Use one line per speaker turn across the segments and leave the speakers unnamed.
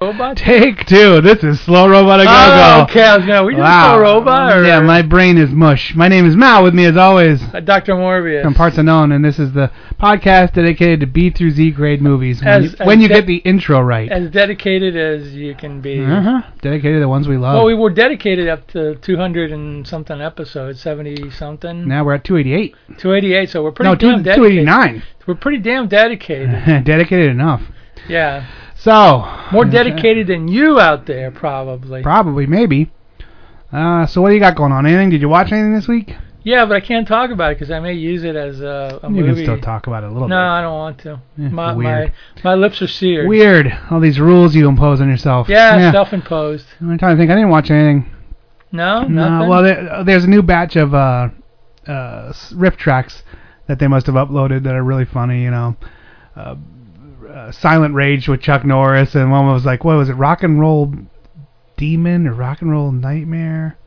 Robot?
Take two. This is Slow Robot A Go Go.
Oh, okay, I was gonna. We just saw robot. Or,
Yeah, my brain is mush. My name is Mal. With me, as always,
uh, Dr. Morbius.
from Parts Unknown, and this is the podcast dedicated to B through Z grade movies. When
As-
you, when
as
you
de-
get the intro right,
As dedicated as you can be.
uh-huh. dedicated to the ones we love.
Well, we were dedicated up to 200 and something episodes, 70 something,
now we're at 288.
288. So we're pretty
No,
damn
two,
dedicated.
289.
We're pretty damn dedicated.
dedicated enough.
yeah,
So
more dedicated than you out there probably.
Probably, maybe. Uh, so what do you got going on? Anything? Did you watch anything this week?
yeah, but I can't talk about it because I may use it as a, a
You
movie.
can still talk about it a little
No, I don't want to.
Yeah,
my,
weird.
my my lips are seared.
bit. Weird. All these rules you impose on yourself.
Yeah, self-imposed.
I'm trying to think. I didn't watch anything.
No,
No,
Oh, nothing.
well, there, there's a new batch of uh, uh, s- riff tracks that they must have uploaded that are really funny. You know, uh, uh, Silent Rage with Chuck Norris, and one was like, what was it, Rock and Roll Demon or Rock and Roll Nightmare?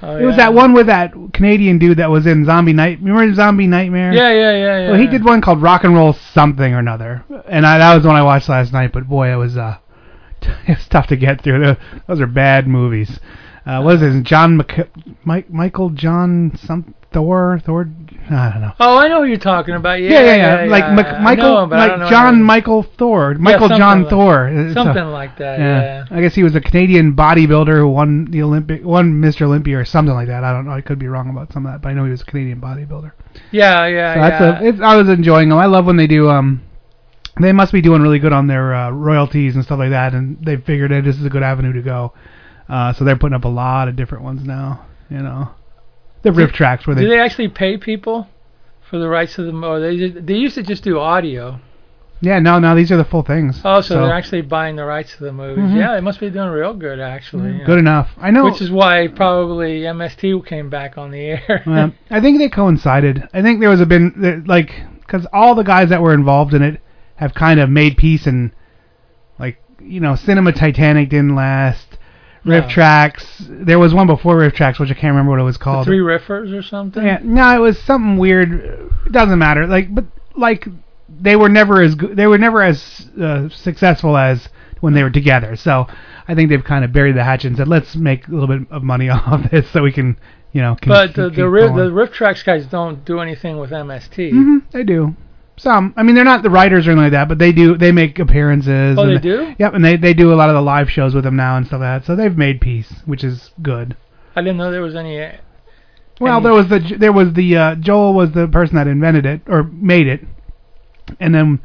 Oh,
It was
yeah.
that one with that Canadian dude that was in Zombie Night. Remember Zombie Nightmare?
Yeah, yeah, yeah, yeah.
Well, he did one called Rock and Roll Something or Another, and I, that was the one I watched last night. But boy, it was uh, it was tough to get through. Tho- Those are bad movies. Uh, what is this? John Mc, Mike, Michael John some Thor Thor. I don't know.
Oh, I know who you're talking about. Yeah,
Yeah, yeah, yeah. like
yeah.
Mc,
I
Michael,
know him, but I don't know
like John
anything.
Michael Thor, Michael
something
John
like-
Thor. It's a-
something like that.
yeah.
Yeah.
I guess he was a Canadian bodybuilder who won the Olympic, won Mr. Olympia or something like that. I don't know. I could be wrong about some of that, but I know he was a Canadian bodybuilder.
Yeah, yeah,
So
yeah.
that's a, it's, I was enjoying them. I love when they do. Um, they must be doing really good on their uh, royalties and stuff like that, and they figured that this is a good avenue to go. Uh, so they're putting up a lot of different ones now. You know, the riff tracks where
do
they,
they actually pay people for the rights of them? Or they ju- they used to just do audio.
yeah no no these are the full things.
Oh, so, they're actually buying the rights to the movies.
Mhm.
Yeah, they must be doing real good actually. yeah.
Mm-hmm. good enough. I know.
Which is why probably MST came back on the air.
Um, I think they coincided. I think there was a been there, like because all the guys that were involved in it have kind of made peace and like you know, Cinema Titanic didn't last. Riff
No.
Tracks. There was one before Riff Tracks, which I can't remember what it was
The
called.
three riffers or something.
yeah, no, it was something weird. It doesn't matter. Like, but like they were never as good. They were never as uh, successful as when they were together. So I think they've kind of buried the hatchet and said, let's make a little bit of money off this so we can, you know. Can,
But the the,
keep
ri-
going.
the riff tracks guys don't do anything with MST.
hmm they do. Some. I mean, they're not the writers or anything like that, but they do. They make appearances.
Oh,
and
they do?
Yep, and they they do a lot of the live shows with them now and stuff like that. So they've made peace, which is good.
I didn't know there was any.
Uh-huh. Well,
And-
there was the there was the uh, Joel was the person that invented it or made it, and then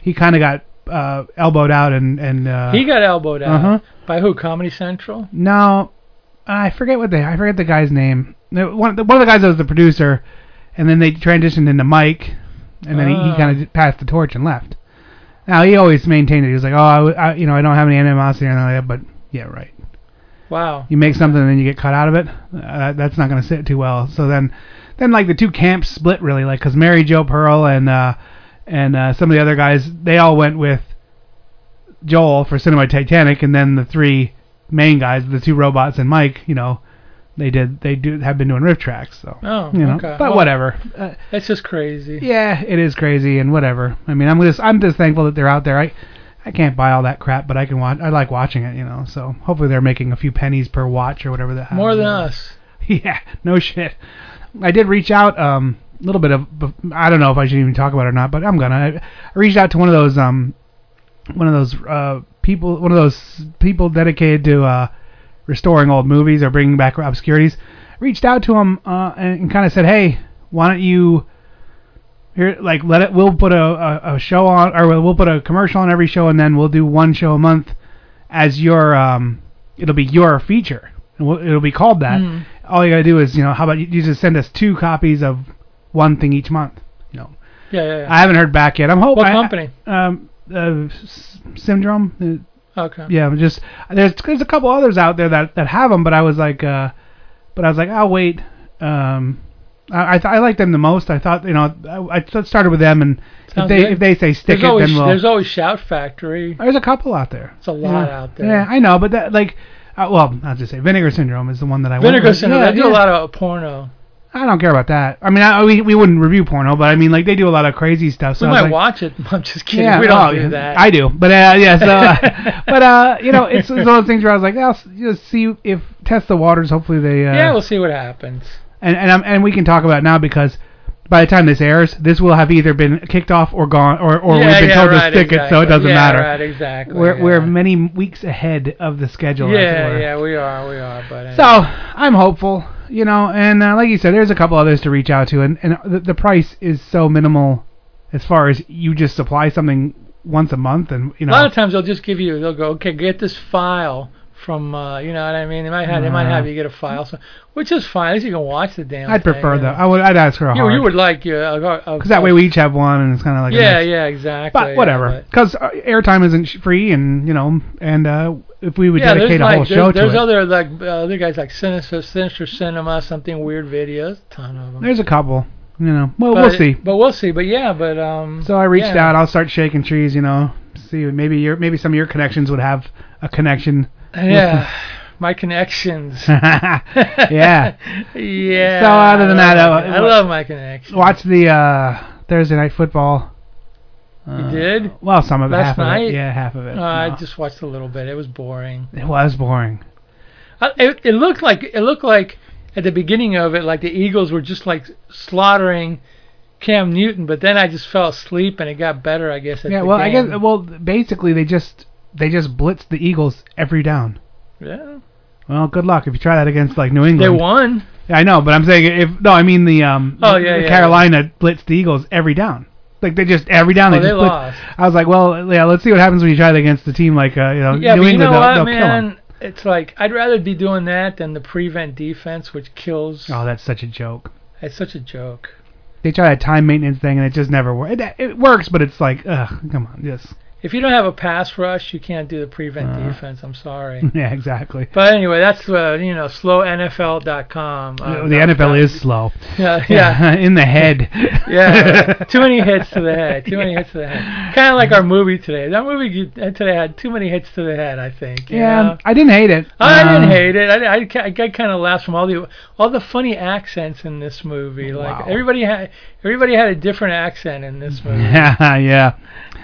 he kind of got uh, elbowed out and and uh,
He got elbowed out
Uh-huh.
by who? Comedy Central.
No, I forget what they. I forget the guy's name. No, One of the, one of the guys that was the producer, and then they transitioned into Mike, and then he, he
Ah.
kind of passed the torch and left. Now he always maintained it. He was like, oh, I w I you know, I don't have any animosity or anything like that. But yeah, right.
Wow.
You make something and then you get cut out of it. Uh, that's not going to sit too well. So then, then like the two camps split really, like 'cause Mary Jo Pearl and uh, and uh, some of the other guys, they all went with Joel for Cinema Titanic, and then the three main guys, the two robots and Mike, you know, they did they do have been doing riff tracks. So
Oh,
you know,
okay.
but
Well,
whatever. Uh,
That's just crazy.
yeah, it is crazy and whatever. I mean, I'm just I'm just thankful that they're out there. I I can't buy all that crap, but I can watch. I like watching it, you know. So hopefully they're making a few pennies per watch or whatever that.
More than us.
Yeah, no shit. I did reach out um a little bit of bef- I don't know if I should even talk about it or not, but I'm gonna. I, I reached out to one of those um one of those uh people one of those people dedicated to uh restoring old movies or bringing back obscurities. Reached out to him uh, and, and kind of said, "Hey, why don't you here like let it? We'll put a, a, a show on, or we'll put a commercial on every show, and then we'll do one show a month as your um. It'll be your feature, and we'll, it'll be called that.
Mm.
All you gotta do is, you know, how about you, you just send us two copies of one thing each month? You know,
Yeah, yeah, yeah.
I haven't heard back yet. I'm hoping.
what company?
um, uh, S- um, syndrome. Uh,
Okay.
yeah, I'm just there's there's a couple others out there that that have them, but I was like, uh, but I was like, I'll wait. Um, I I, th- I like them the most. I thought you know I, I th- started with them, and
Sounds
if they
good.
if they say stick
There's
it,
always,
then we'll.
there's always Shout Factory.
There's a couple out there.
It's a lot
yeah.
out there.
Yeah, I know, but that like, uh, well, I'll just say Vinegar Syndrome is the one that I went
Vinegar
with.
Syndrome.
Yeah,
they do a
yeah.
lot of porno.
I don't care about that. I mean, I, we we wouldn't review porno, but I mean, like they do a lot of crazy stuff. So
we
I was
might
like,
watch it. I'm just kidding.
Yeah,
we don't
oh,
do that.
I do, but uh, yeah. So, uh, but uh, you know, it's, it's one of those things where I was like, I'll s- just see if test the waters. Hopefully they. Uh,
yeah, we'll see what happens.
and and, I'm, and we can talk about it now because by the time this airs, this will have either been kicked off or gone, or or we've
yeah,
been
yeah,
told
right,
to stick it, so
exactly.
it doesn't
yeah,
matter.
Right, exactly.
We're
yeah.
we're many weeks ahead of the schedule. as it
Yeah,
were.
yeah, we are, we are. But
So I'm hopeful, you know, and uh, like you said, there's a couple others to reach out to, and and the, the price is so minimal, as far as you just supply something once a month, and
A
you know.
lot of times they'll just give you. They'll go, okay, get this file from. Uh, you know what I mean? They might have. They might have you get a file, so, which is fine. At least you can watch the damn.
I'd
thing,
prefer
you
though.
know.
I would. I'd ask her a
You,
hard.
you would like your. uh, Because
Because that way we each have one, and it's kind of like. a
Yeah,
mix.
yeah, exactly.
But
yeah,
whatever,
but-
because airtime isn't sh- free, and you know, and uh, if we would
Yeah, there's
dedicate a
like
whole
there's,
show
there's
to it,
other like uh, other guys like Sinister, Sinister Cinema, something weird videos, ton of them.
there's a couple, you know. Well,
but,
we'll see.
But we'll see. But yeah, but um.
So I reached
yeah.
out. I'll start shaking trees, you know. See, maybe your maybe some of your connections would have a connection.
Yeah, my connections.
yeah.
yeah.
So other than
I
that,
love
uh,
my- I love my connections.
Watch the uh, Thursday night football. Uh,
did?
Well, some of it,
Last
half of
night?
it. Yeah, half of it.
Uh,
No.
I just watched a little bit. It was boring.
it was boring.
I, it, it looked like it looked like at the beginning of it, like the Eagles were just like slaughtering Cam Newton. But then I just fell asleep, and it got better, I guess. At
Yeah.
the
Well, I
game.
guess. uh, Well, basically, they just they just blitzed the Eagles every down.
yeah.
Well, good luck if you try that against like New England.
They won.
Yeah, I know, but I'm saying if no, I mean the um
Oh, yeah,
the
yeah,
Carolina blitzed the Eagles every down. Like they just every down
Oh,
they
they
just blitz-
lost.
I was like, well, yeah, let's see what happens when you try it against the team like uh, you know
Yeah,
New
but you
England.
know
they'll,
what,
they'll kill 'em.
man? It's like I'd rather be doing that than the prevent defense, which kills.
Oh, that's such a joke.
It's such a joke.
They try that time maintenance thing and it just never works. It, it works, but it's like, ugh, come on, yes,
If you don't have a pass rush, you can't do the prevent
Uh.
defense. I'm sorry.
yeah, exactly.
But anyway, that's uh, you know slownfl.com. Uh,
the
dot-
NFL is slow.
yeah yeah
in the head.
yeah. Too many hits to the head. Too many hits to the head. Kind of like our movie today. That movie you- uh, today had too many hits to the head. I think. you
yeah,
know?
I didn't hate it.
I
Um,
didn't hate it. I, I, ca- I got kind of laughs from all the all the funny accents in this movie. Like
Wow.
everybody had everybody had a different accent in this movie.
Yeah, yeah.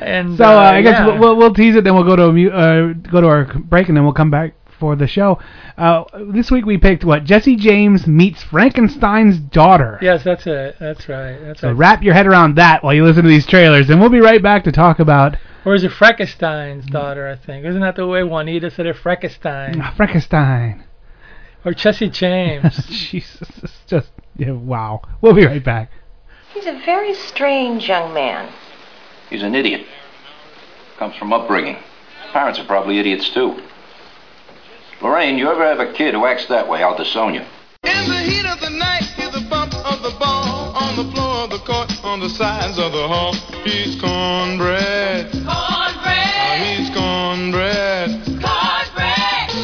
And
So uh, I guess
yeah.
we'll, we'll we'll tease it, then we'll go to a mu- uh, go to our break, and then we'll come back for the show. Uh, this week we picked what Jesse James meets Frankenstein's daughter.
yes, that's it. That's right. That's
So
right.
wrap your head around that while you listen to these trailers, and we'll be right back to talk about
or is it Frankenstein's
Mm.
daughter? I think isn't that the way Juanita said it? Frankenstein
uh, Frankenstein.
or Jesse James.
Jesus, it's just yeah, wow. We'll be right back.
He's a very strange young man.
He's an idiot. Comes from upbringing. Parents are probably idiots, too. Lorraine, you ever have a kid who acts that way, I'll disown you.
In the heat of the night, hear the bump of the ball on the floor of the court, on the sides of the hall. He's cornbread. Cornbread. He's cornbread.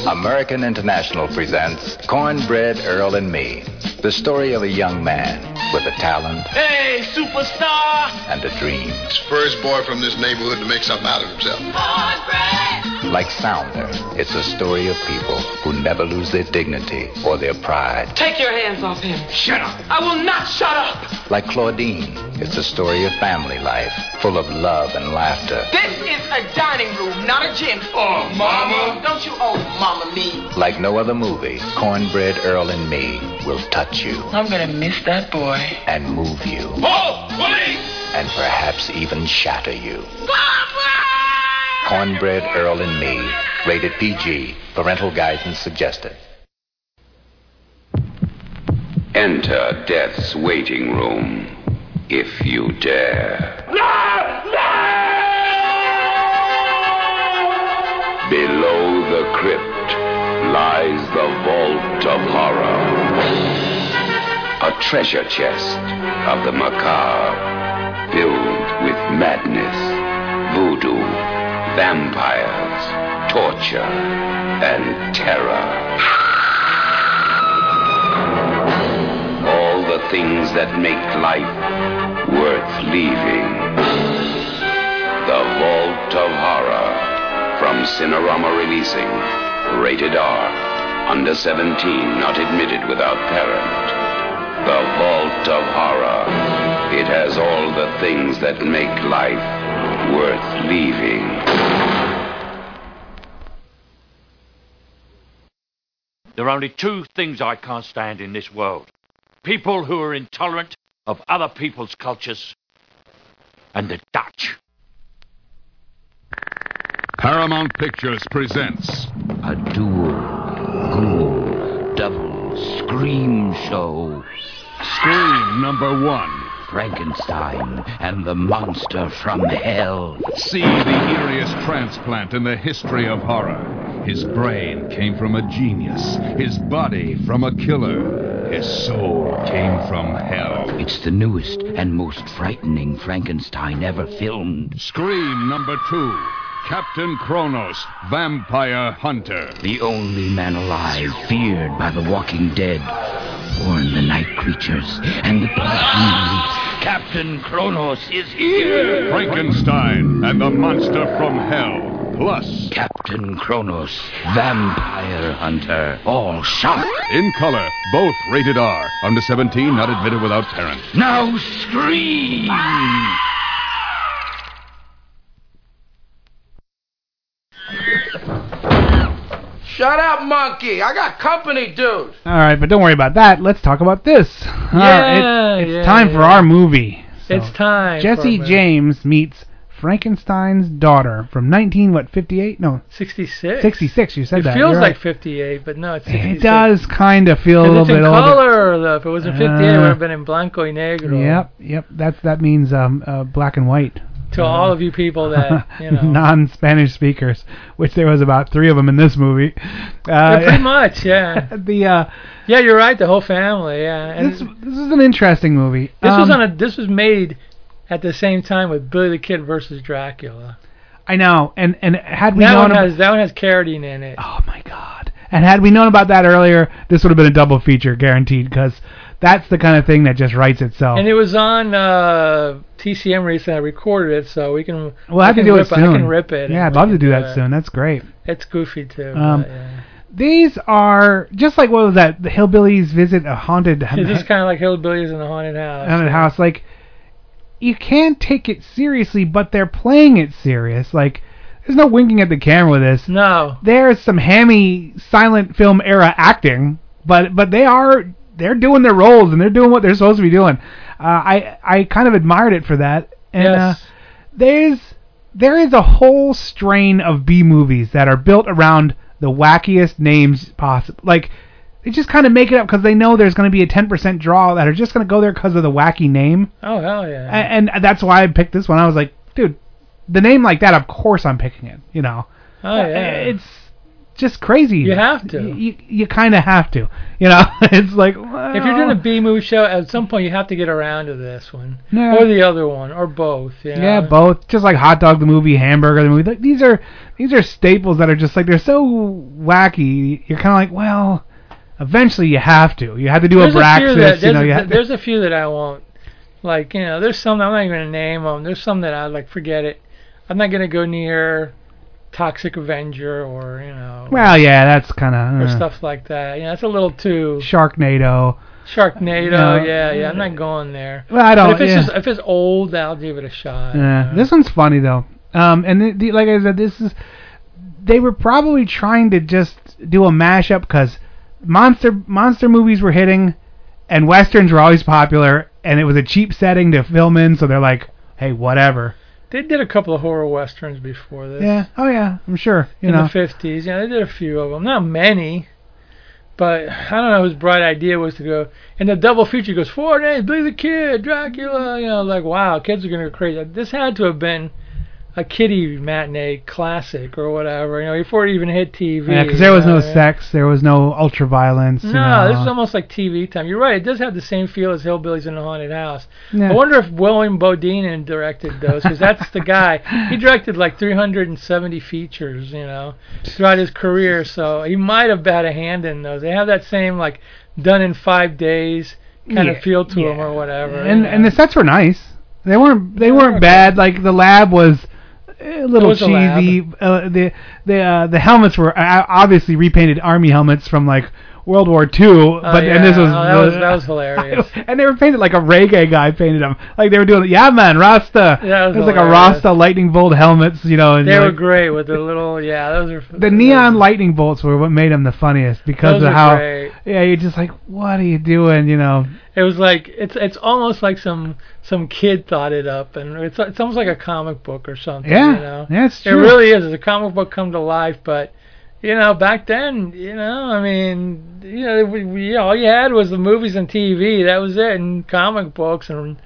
American International presents Cornbread Earl and Me, the story of a young man with a talent
Hey, superstar!
and a dream.
First boy from this neighborhood to make something out of himself.
Like Sounder, it's a story of people who never lose their dignity or their pride.
Take your hands off him. Shut up. I will not shut up.
Like Claudine, it's a story of family life full of love and laughter.
This is a dining room, not a gym. Oh, mama. Don't you oh mama me.
Like no other movie, Cornbread Earl and Me will touch you
I'm gonna miss that boy.
and move you
Oh, police!
and perhaps even shatter you. Cornbread Earl and Me, rated PG, parental guidance suggested.
Enter Death's waiting room, if you dare. Below the crypt lies the vault of horror. A treasure chest of the macabre, filled with madness, voodoo, vampires, torture, and terror. All the things that make life worth leaving. The Vault of Horror from Cinerama Releasing. Rated R. Under 17, not admitted without parent. The Vault of Horror. It has all the things that make life worth leaving.
There are only two things I can't stand in this world people who are intolerant of other people's cultures, and the Dutch.
Paramount Pictures presents
A duel, ghoul, double scream show.
Scream number one
Frankenstein and the monster from hell.
See the eeriest transplant in the history of horror. His brain came from a genius, his body from a killer, his soul came from hell.
It's the newest and most frightening Frankenstein ever filmed.
Scream number two Captain Kronos, Vampire Hunter.
The only man alive feared by the walking dead. Born the night creatures and the blood Captain Kronos is here!
Frankenstein and the monster from hell. Plus,
Captain Kronos, Vampire
Uh,
Hunter. All shot.
In color, both rated R. Under 17, not admitted without parent.
Now scream!
Shut up, monkey. I got company, dude.
All right, but don't worry about that. Let's talk about this. All right,
Yeah,
it- it's
yeah,
time for
yeah.
our movie.
It's time.
Jesse
for a-
James meets Frankenstein's daughter from 19 what 58? No,
66.
66. You said
It
that.
feels
You're
like
right.
58, but no, it's 66.
it does kind of feel a
'Cause
little
it's
bit
in
older.
color, though. If it was in 58, it
Uh,
would have been in blanco y negro.
Yep, yep. That's that means um, uh, black and white.
To all of you people that, you know.
non-Spanish speakers, which there was about three of them in this movie.
Yeah,
Uh,
pretty much, yeah.
the uh,
yeah, you're right. The whole family, yeah. And
this this is an interesting movie.
This was
Um,
on a. This was made at the same time with Billy the Kid versus Dracula.
I know, and and had we
That
known
one
ab-
has that one has Carradine in it.
Oh my god! and had we known about that earlier, this would have been a double feature guaranteed because that's the kind of thing that just writes itself.
And it was on uh, TCM recently. I recorded it, so we can.
we'll have
we
to
can
do
rip
it soon.
I can rip it. and
Yeah, I'd
we
love
can
to do that
it.
soon. That's great.
It's goofy too.
Um,
but, yeah.
These are just like what was that? The hillbillies visit a haunted
It's just kind of like hillbillies in the haunted house.
haunted house. Like you can't take it seriously, but they're playing it serious. Like there's no winking at the camera with this.
No.
There's some hammy silent film era acting, but but they are they're doing their roles and they're doing what they're supposed to be doing. Uh, I I kind of admired it for that. And uh,
Yes.
there's there is a whole strain of B movies that are built around the wackiest names possible. Like they just kind of make it up because they know there's going to be a 10% draw that are just going to go there because of the wacky name.
Oh hell yeah.
A- And, and that's why I picked this one. I was like, dude, the name like that, of course I'm picking it. You know,
Oh yeah.
it's just crazy.
You have to.
You, you kind of have to. You know, it's like well,
if you're doing a B movie show, at some point you have to get around to this one
Yeah.
or the other one or both. You know?
Yeah, both. Just like hot dog the movie, hamburger the movie. Like, these are these are staples that are just like they're so wacky. You're kind of like, well, eventually you have to. You have to do
there's
a
few
Braxis.
that,
you
there's
know,
a,
you have to-
there's a few that I won't. Like you know, there's some I'm not even gonna name them. There's some that I like forget it. I'm not gonna go near Toxic Avenger or you know
well, uh, yeah, that's kind of
or stuff like that. You know, it's a little too
Sharknado.
Sharknado.
No.
yeah, yeah. I'm not going there.
Well, I don't-
But if it's
Oh, yeah.
just, if it's old, I'll give it a shot. Uh,
Yeah, this one's funny though. Um, and the, the, like I said, this is they were probably trying to just do a mashup because monster monster movies were hitting, and westerns were always popular, and it was a cheap setting to film in, so they're like, hey, whatever.
They did a couple of horror westerns before this.
Yeah. Oh yeah, I'm sure. You
in
know.
the 50s. Yeah, they did a few of them, not many, but I don't know whose bright idea was to go. And the double feature goes four days, Billy the Kid, Dracula. You know, like wow, kids are gonna go crazy. This had to have been a kiddie matinee classic or whatever, you know, before it even hit TV.
Yeah, because there was
you know
no
what I mean?
sex, there was no ultra violence. you
No, this
know.
is almost like TV time. You're right. It does have the same feel as Hillbillies in the Haunted House.
Yeah.
I wonder if William Bodine directed those because that's the guy. He directed like 370 features, you know, throughout his career. So he might have had a hand in those. They have that same like done in five days kind
Yeah,
of feel to them or whatever.
and
you
and the sets were nice. They weren't they weren't bad. Like the lab was a little
was a lab.
cheesy. Uh, the the uh, the helmets were uh, obviously repainted army helmets from like World War Two.
Oh,
But and this
yeah.
was,
Oh, that was that was hilarious.
and they were painted like a reggae guy painted them. Like they were doing yeah man Rasta.
Yeah, it was
it was like a
hilarious.
Rasta lightning bolt helmets. You know and
They
like,
were great with the little yeah. Those are
the neon lightning bolts were what made them the funniest because
Those
of
are
how
great.
yeah you're just like what are you doing you know
It was like it's it's almost like some some kid thought it up, and it's it's almost like a comic book or something.
Yeah.
you know?
Yeah, it's
It
true.
really is. It's a comic book come to life, but you know, back then, you know, I mean, you know, we, we, you know, all you had was the movies and TV. That was it, and comic books, and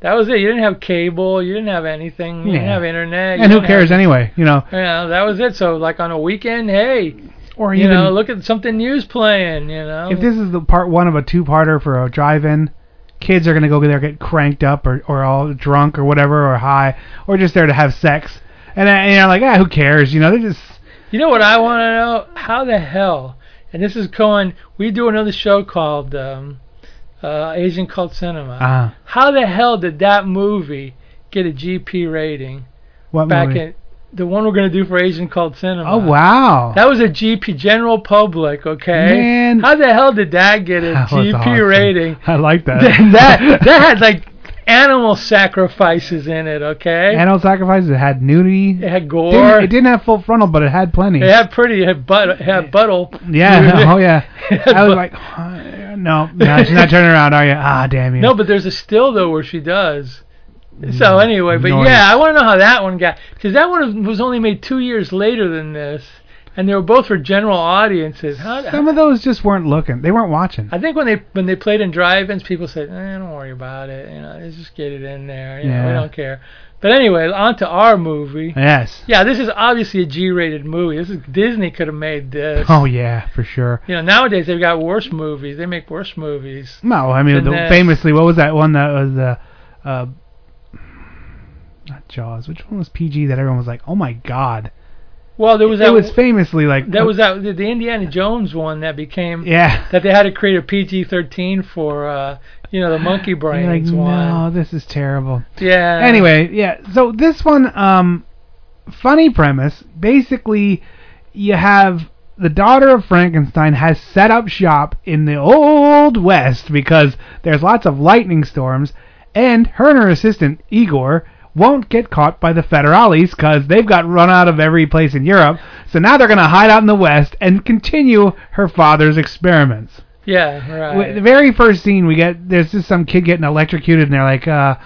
that was it. You didn't have cable. You didn't have anything. You didn't
Yeah.
have internet. you
and who
didn't have-
cares anyway you know
Yeah, that was it. So like on a weekend, hey,
or
you
even
know, look at something news playing. You know,
if this is the part one of a two-parter for a drive-in, kids are gonna go there get cranked up or, or all drunk or whatever or high or just there to have sex. And I, you know, like ah, who cares? You know, they just
You know what I want to know? How the hell? And this is Cohen. We do another show called um, uh, Asian Cult Cinema.
ah,
How the hell did that movie get a GP rating
what
back
movie?
in the one we're gonna do for Asian Cult Cinema?
oh wow,
That was a GP, general public, okay?
Man.
How the hell did that get a
That was
GP
awesome.
rating?
I like that.
that that had like animal sacrifices in it, okay?
Animal sacrifices. It had nudity.
it had gore.
Didn't, it didn't have full frontal, but it had plenty.
It had pretty, it had butt, it had buttle.
yeah. Oh yeah. I was
But-
like, huh, no, no, she's not turning around, are you? Ah, damn you.
No, but there's a still though where she does. So
Mm.
anyway, but
Nice.
yeah, I want to know how that one got because that one was only made two years later than this, and they were both for general audiences. How,
Some of those just weren't looking. They weren't watching.
I think when they when they played in drive-ins, people said, eh, "Don't worry about it, you know, let's just get it in there. You know, we
Yeah.
don't care." But anyway, on to our movie.
Yes.
Yeah, this is obviously a G-rated movie. This is Disney could have made this.
Oh yeah, for sure.
You know, nowadays they've got worse movies. They make worse movies.
No, I mean
than
the,
this.
famously, what was that one that was uh, uh, not Jaws? Which one was PG that everyone was like, oh my god?
Well, there was
it
that
was famously like
That was that the Indiana Jones one that became
Yeah.
that they had to create a PG-13 for uh you know the monkey
You're like,
brains one.
no, this is terrible.
Yeah.
Anyway, yeah. So this one, um, funny premise. Basically, you have the daughter of Frankenstein has set up shop in the old west because there's lots of lightning storms, and her and her assistant Igor won't get caught by the federales because they've got run out of every place in Europe. So now they're gonna hide out in the west and continue her father's experiments.
Yeah, right.
Wh- The very first scene we get, there's just some kid getting electrocuted, and they're like, uh,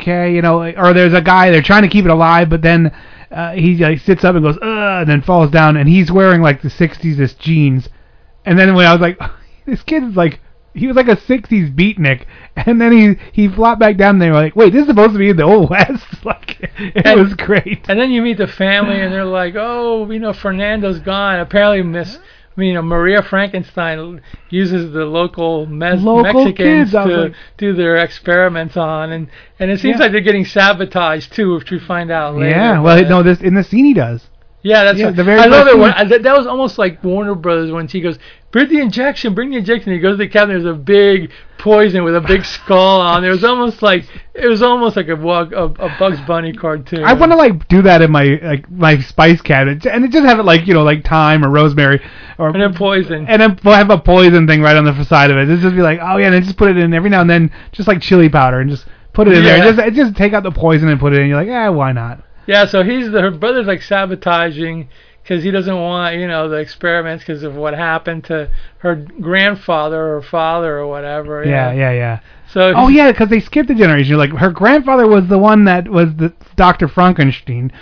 okay, you know, or there's a guy they're trying to keep it alive, but then uh, he like sits up and goes, uh, and then falls down, and he's wearing like the '60s jeans, and then when I was like, this kid is like. He was like a '60s beatnik, and then he he flopped back down. And they were like, "Wait, this is supposed to be the old west." like it
And-
was great.
and then you meet the family and they're like, "Oh, you know Fernando's gone. Apparently Miss I mean, you know, Maria Frankenstein uses the local, mes-
Local
Mexicans
kids, I was
to
like-
do their experiments on, and and it seems
Yeah.
like they're getting sabotaged too, which we find out later.
Yeah. Well,
but-
no, this in the scene he does.
Yeah, that's
Yeah,
what-
the very
I love
first
it. When,
one.
I, that, that was almost like Warner Brothers when he goes, "Bring the injection, bring the injection." He goes to the cabinet. There's a big poison with a big skull on. It was almost like it was almost like a, Wug- a, a Bugs Bunny cartoon.
I want to like do that in my like my spice cabinet, and it just have it like you know like thyme or rosemary, or
and then poison.
and then po- have a poison thing right on the side of it. It's just be like, oh yeah, and then just put it in every now and then, just like chili powder, and just put it in
Yeah.
there. Just it just take out the poison and put it in. You're like, eh, why not?
yeah, so he's the, her brother's like sabotaging because he doesn't want you know the experiments because of what happened to her grandfather or father or whatever. you
Yeah,
know.
yeah, yeah.
So
Oh yeah, because they skipped a generation. You're Like her grandfather was the one that was the Dr. Frankenstein,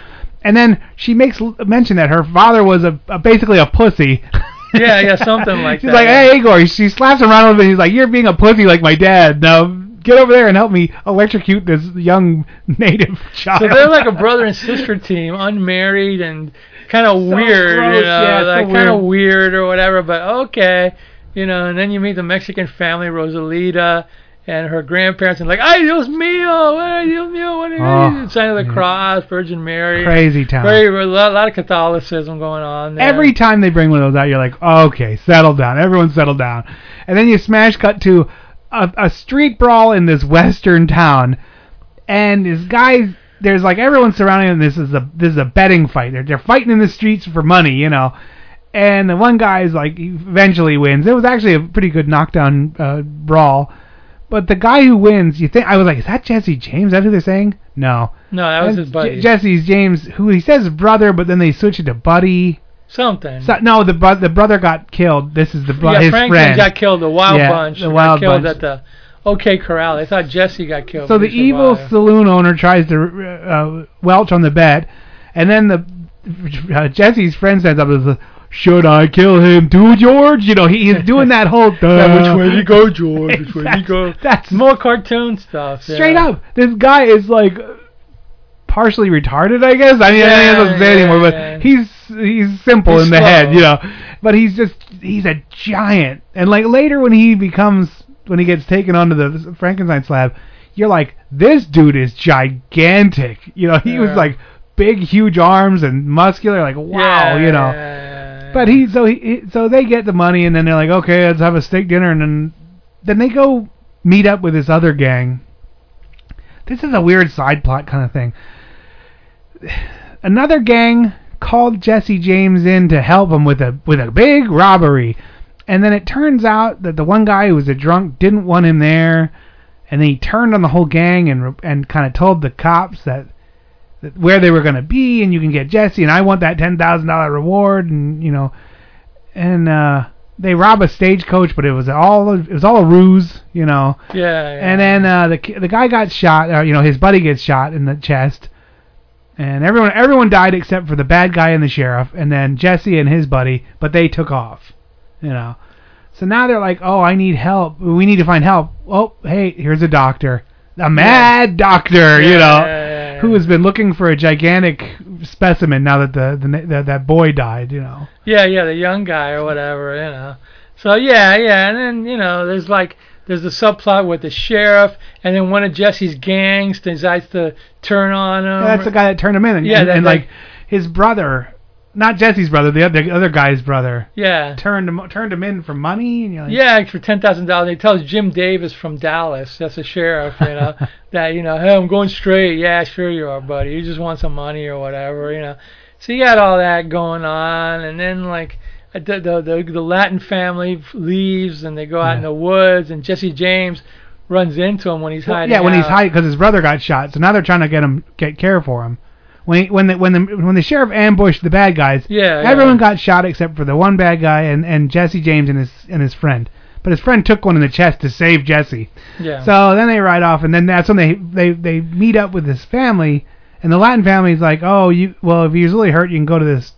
and then she makes l- mention that her father was a, a basically a pussy.
yeah, yeah, something like
She's
that.
like,
yeah.
hey, Igor. She slaps him around a little bit. He's like, you're being a pussy like my dad. Now get over there and help me electrocute this young native child.
So they're like a brother and sister team, unmarried and kind of weird,
gross,
you know,
yeah, so
like kind of weird or whatever. But okay, you know. And then you meet the Mexican family, Rosalita and her grandparents, and like, ay Dios mío, ay Dios mío, what are
Oh,
you? Sign of the Cross, Virgin Mary.
Crazy town.
Very, a lot, lot of Catholicism going on there.
Every time they bring one of those out, you're like, okay, settle down. Everyone settle down. And then you smash cut to a, a street brawl in this western town, and this guy, there's like everyone surrounding him. This is a this is a betting fight. They're they're fighting in the streets for money, you know. And the one guy is like, he eventually wins. It was actually a pretty good knockdown uh, brawl. But the guy who wins, you think I was like, is that Jesse James? Is that who they're saying? No.
No, that was
That's
his buddy.
J- Jesse's James, who he says brother, but then they switch it to buddy.
Something.
So, no, the bro- the brother got killed. This is the bro-
yeah,
his
Franklin
friend.
got killed. The Wild
Yeah,
Bunch
The Wild
got killed
Bunch.
at the OK Corral. They thought Jesse got killed.
so
but
the
he
evil
survived.
saloon owner tries to uh, welch on the bed, and then the uh, Jesse's friend stands up and says, "Should I kill him too, George?" You know, he, he's doing that whole. uh,
Yeah, which way you go, George? Which way you go?
That's
more cartoon stuff.
Straight
yeah.
up, this guy is like partially retarded, I guess. I mean, I
Yeah,
don't know what to say
yeah,
anymore, but
yeah.
he's he's simple
He's
in the
slow.
head, you know. But he's just he's a giant, and like later when he becomes when he gets taken onto the Frankenstein slab, you're like, this dude is gigantic. You know, he was
Yeah.
like big, huge arms and muscular, like wow,
Yeah,
you know.
yeah, yeah, yeah.
But he so he- he so they get the money and then they're like, okay, let's have a steak dinner and then then they go meet up with this other gang. This is a weird side plot kind of thing. Another gang called Jesse James in to help him with a with a big robbery, and then it turns out that the one guy who was a drunk didn't want him there, and then he turned on the whole gang and re- and kind of told the cops that that where they were going to be and you can get Jesse and I want that $10,000 reward and you know and uh they rob a stagecoach but it was all it was all a ruse, you know.
Yeah, yeah.
And then uh the ki- the guy got shot, uh, you know, his buddy gets shot in the chest. And everyone everyone died except for the bad guy and the sheriff and then Jesse and his buddy, but they took off, you know. So now they're like, "Oh, I need help. We need to find help." Oh, hey, here's a doctor. A mad doctor, you know who has been looking for a gigantic specimen now that the, the, na- that that boy died, you know.
Yeah, yeah, the young guy or whatever, you know. So yeah, yeah, and then you know, there's like there's the subplot with the sheriff, and then one of Jesse's gangs decides to turn on him.
Yeah, that's the guy that turned him in. And,
Um, Yeah,
and,
that,
and, like
like-
his brother, not Jesse's brother, the other, the other guy's brother,
Yeah.
turned him turned him in for money. And you're like,
Yeah, for ten thousand dollars, he tells Jim Davis from Dallas, that's the sheriff, you know, that you know, hey, I'm going straight. Yeah, sure you are, buddy. You just want some money or whatever, you know. So you got all that going on, and then like uh, the the the, the Latin family leaves, and they go out in the woods, and Jesse James runs into him when he's
Well,
hiding.
yeah, when he's
out.
hiding because his brother got shot, so now they're trying to get him get care for him. When he, when the when the when the sheriff ambushed the bad guys,
Yeah, yeah.
everyone got shot except for the one bad guy and and Jesse James and his and his friend. But his friend took one in the chest to save Jesse.
Yeah.
So then they ride off, and then that's when they they they meet up with his family, and the Latin family's like, oh, you well, if he's really hurt, you can go to this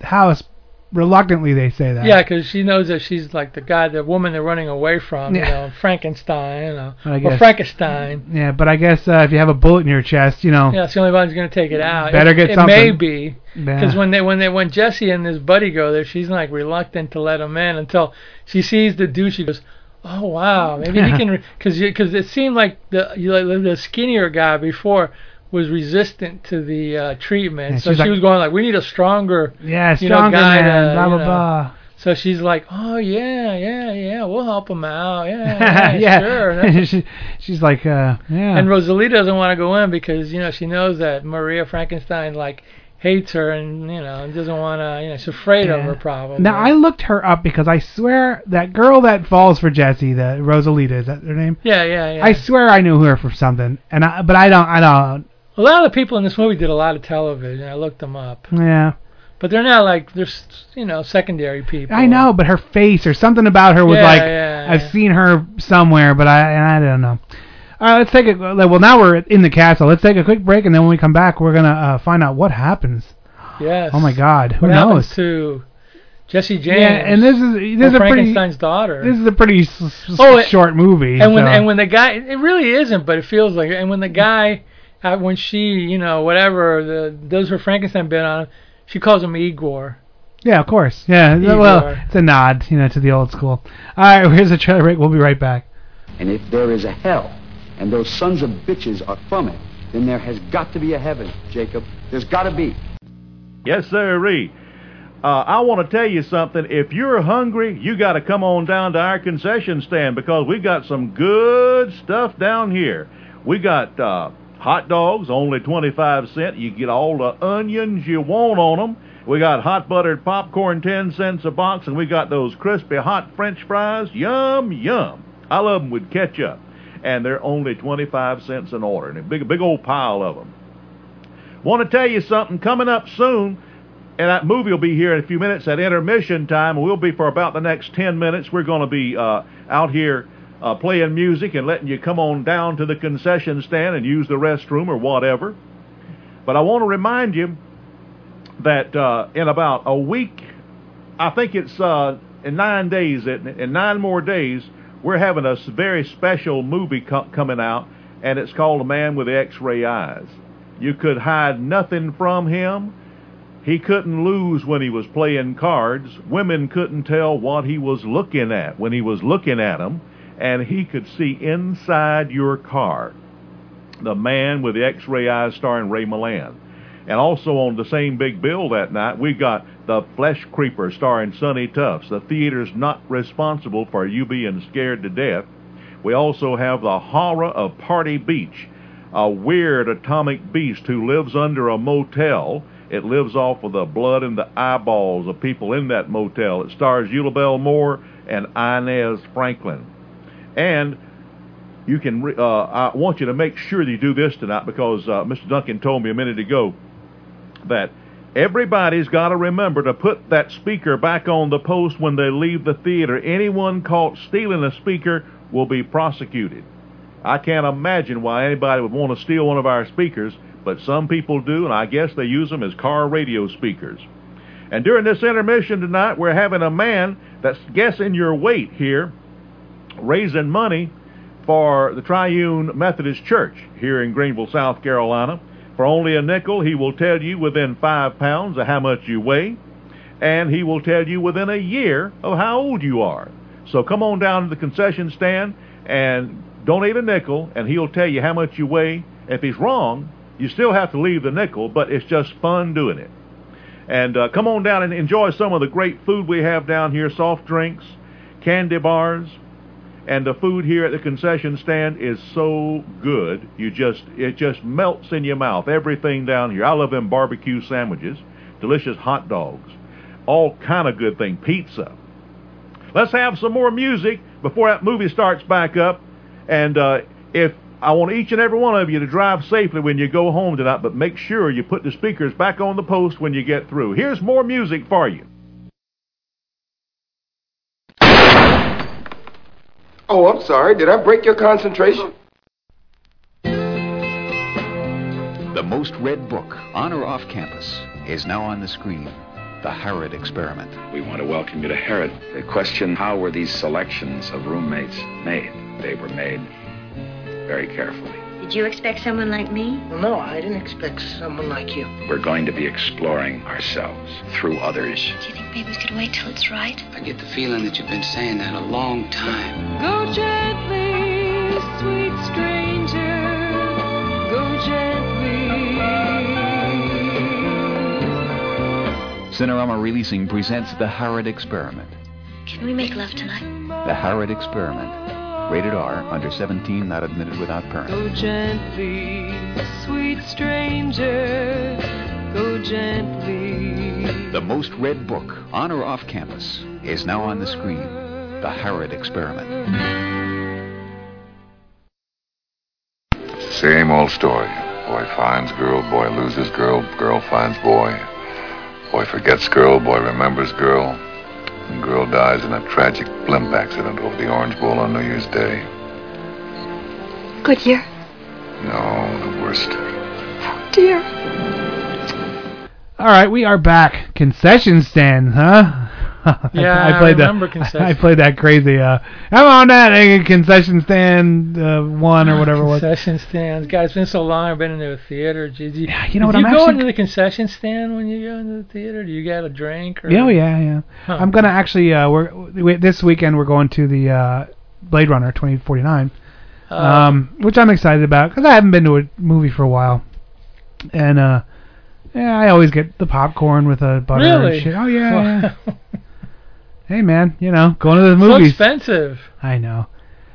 house. Reluctantly, they say that.
Yeah, 'cause she knows that she's like the guy, the woman they're running away from, you
Yeah.
know, Frankenstein, you know,
I
or
guess.
Frankenstein.
Yeah, but I guess uh, if you have a bullet in your chest, you know.
Yeah, it's the only one who's going to take it out.
Mm-hmm. Better
it,
get
it
something.
may be
Yeah.
because when they when they when Jesse and his buddy go there, she's like reluctant to let him in until she sees the dude. She goes, "Oh wow, maybe he can." Because because it seemed like the you like, the skinnier guy before was resistant to the uh, treatment,
Yeah,
so
she's
she
like-
was going like, "We need a stronger,
Yeah,
you know,
stronger
guy
man,
to,
blah
you
blah
know."
blah.
So she's like, "Oh yeah, yeah, yeah, we'll help him out. Yeah, yeah, sure."
She- she's like, uh, yeah.
And Rosalie doesn't want to go in because you know she knows that Maria Frankenstein like hates her and you know doesn't want to. You know she's afraid of
Yeah.
her probably.
now I looked her up because I swear that girl that falls for Jesse, the Rosalita, is that her name?
yeah, yeah, yeah.
I swear I knew her from something, and I but I don't, I don't.
A lot of the people in this movie did a lot of television. I looked them up,
Yeah,
but they're not like they're s- you know secondary people.
I know, but her face or something about her was
Yeah,
like
yeah,
I've
yeah.
seen her somewhere, but I and I don't know. All right, let's take a well. Now we're in the castle. Let's take a quick break, and then when we come back, we're gonna uh, find out what happens.
Yes.
Oh my God, who
What happens
knows?
to Jesse James.
Yeah, and this is this
or
is a pretty
Frankenstein's daughter.
This is a pretty s- s-
Oh, it-
short movie.
and when
so-
and when the guy, it really isn't, but it feels like. it. And when the guy, uh, when she, you know, whatever, the, does her Frankenstein bit on him, she calls him Igor.
yeah, of course, yeah.
Either
well,
or.
it's a nod, you know, to the old school. All right, here's a trailer break. We'll be right back.
And if there is a hell, and those sons of bitches are from it, then there has got to be a heaven, Jacob. There's got to be.
Yes, sirree. Uh, I want to tell you something. If you're hungry, you got to come on down to our concession stand because we've got some good stuff down here. We got uh, hot dogs, only 25 cent. You get all the onions you want on them. We got hot buttered popcorn, 10 cents a box, and we got those crispy hot french fries. Yum, yum. I love 'em with ketchup. And they're only 25 cents an order, and a big, big old pile of 'em. Want to tell you something coming up soon, and that movie will be here in a few minutes at intermission time. and We'll be for about the next 10 minutes. We're going to be uh, out here uh, playing music and letting you come on down to the concession stand and use the restroom or whatever. But I want to remind you that uh, in about a week, I think it's uh, in nine days, in in nine more days, we're having a s- very special movie co- coming out, and it's called A Man with X Ray Eyes. You could hide nothing from him. He couldn't lose when he was playing cards. Women couldn't tell what he was looking at when he was looking at 'em, and he could see inside your car. The Man with the X-Ray Eyes, starring Ray Milland. And also on the same big bill that night, we got The Flesh Creeper, starring Sonny Tufts. The theater's not responsible for you being scared to death. We also have The Horror of Party Beach, a weird atomic beast who lives under a motel. It lives off of the blood and the eyeballs of people in that motel. It stars Eulabelle Moore and Inez Franklin. And you can, re- uh, I want you to make sure that you do this tonight because uh, Mr. Duncan told me a minute ago that everybody's got to remember to put that speaker back on the post when they leave the theater. Anyone caught stealing a speaker will be prosecuted. I can't imagine why anybody would want to steal one of our speakers, but some people do, and I guess they use them as car radio speakers. And during this intermission tonight, we're having a man that's guessing your weight here, raising money for the Triune Methodist Church here in Greenville, South Carolina. For only a nickel, he will tell you within five pounds of how much you weigh, and he will tell you within a year of how old you are. So come on down to the concession stand and donate a nickel, and he'll tell you how much you weigh. If he's wrong, you still have to leave the nickel, but it's just fun doing it. And uh, come on down and enjoy some of the great food we have down here soft drinks, candy bars, and the food here at the concession stand is so good. You just it just melts in your mouth. Everything down here. I love them barbecue sandwiches, delicious hot dogs, all kind of good thing. Pizza. Let's have some more music before that movie starts back up. And uh, if I want each and every one of you to drive safely when you go home tonight, but make sure you put the speakers back on the post when you get through. Here's more music for you.
Oh, I'm sorry. Did I break your concentration?
The most read book on or off campus is now on the screen. The Harrod Experiment.
We want to welcome you to Herod. The question how were these selections of roommates made? They were made very carefully.
Did you expect someone like me?
Well, no, I didn't expect someone like you.
We're going to be exploring ourselves through others.
Maybe we could wait till it's right.
I get the feeling that you've been saying that a long time.
Go gently, sweet stranger. Go gently.
Cinerama Releasing presents The Harrod Experiment.
Can we make love tonight?
The Harrod Experiment. Rated R, under 17, not admitted without parent.
Go gently, sweet stranger. Go gently.
The most read book on or off campus is now on the screen. The Harrod Experiment.
Same old story. Boy finds girl, boy loses girl, girl finds boy. Boy forgets girl, boy remembers girl. And girl dies in a tragic blimp accident over the Orange Bowl on New Year's Day.
Good year.
No, the worst.
Dear.
All right, we are back. Concession stand, huh?
Yeah, I
played
remember
that.
concession.
I played that crazy. Uh, I'm on that uh, concession stand uh, one or whatever it was.
Ah, Concession stands, guys. It's been so long. I've been into a theater. Did you, yeah,
you know what,
You
I'm
go
actually-
into the concession stand when you go into the theater. Do you get a drink? Or...
Yeah, oh, yeah, yeah.
Huh.
I'm gonna actually. Uh, we're we, this weekend. We're going to the uh, Blade Runner 2049,
Uh,
um, which I'm excited about because I haven't been to a movie for a while, and uh, yeah, I always get the popcorn with a butter
really?
and shit. Oh yeah. yeah. hey man, you know, going to the
so
movies.
expensive.
I know.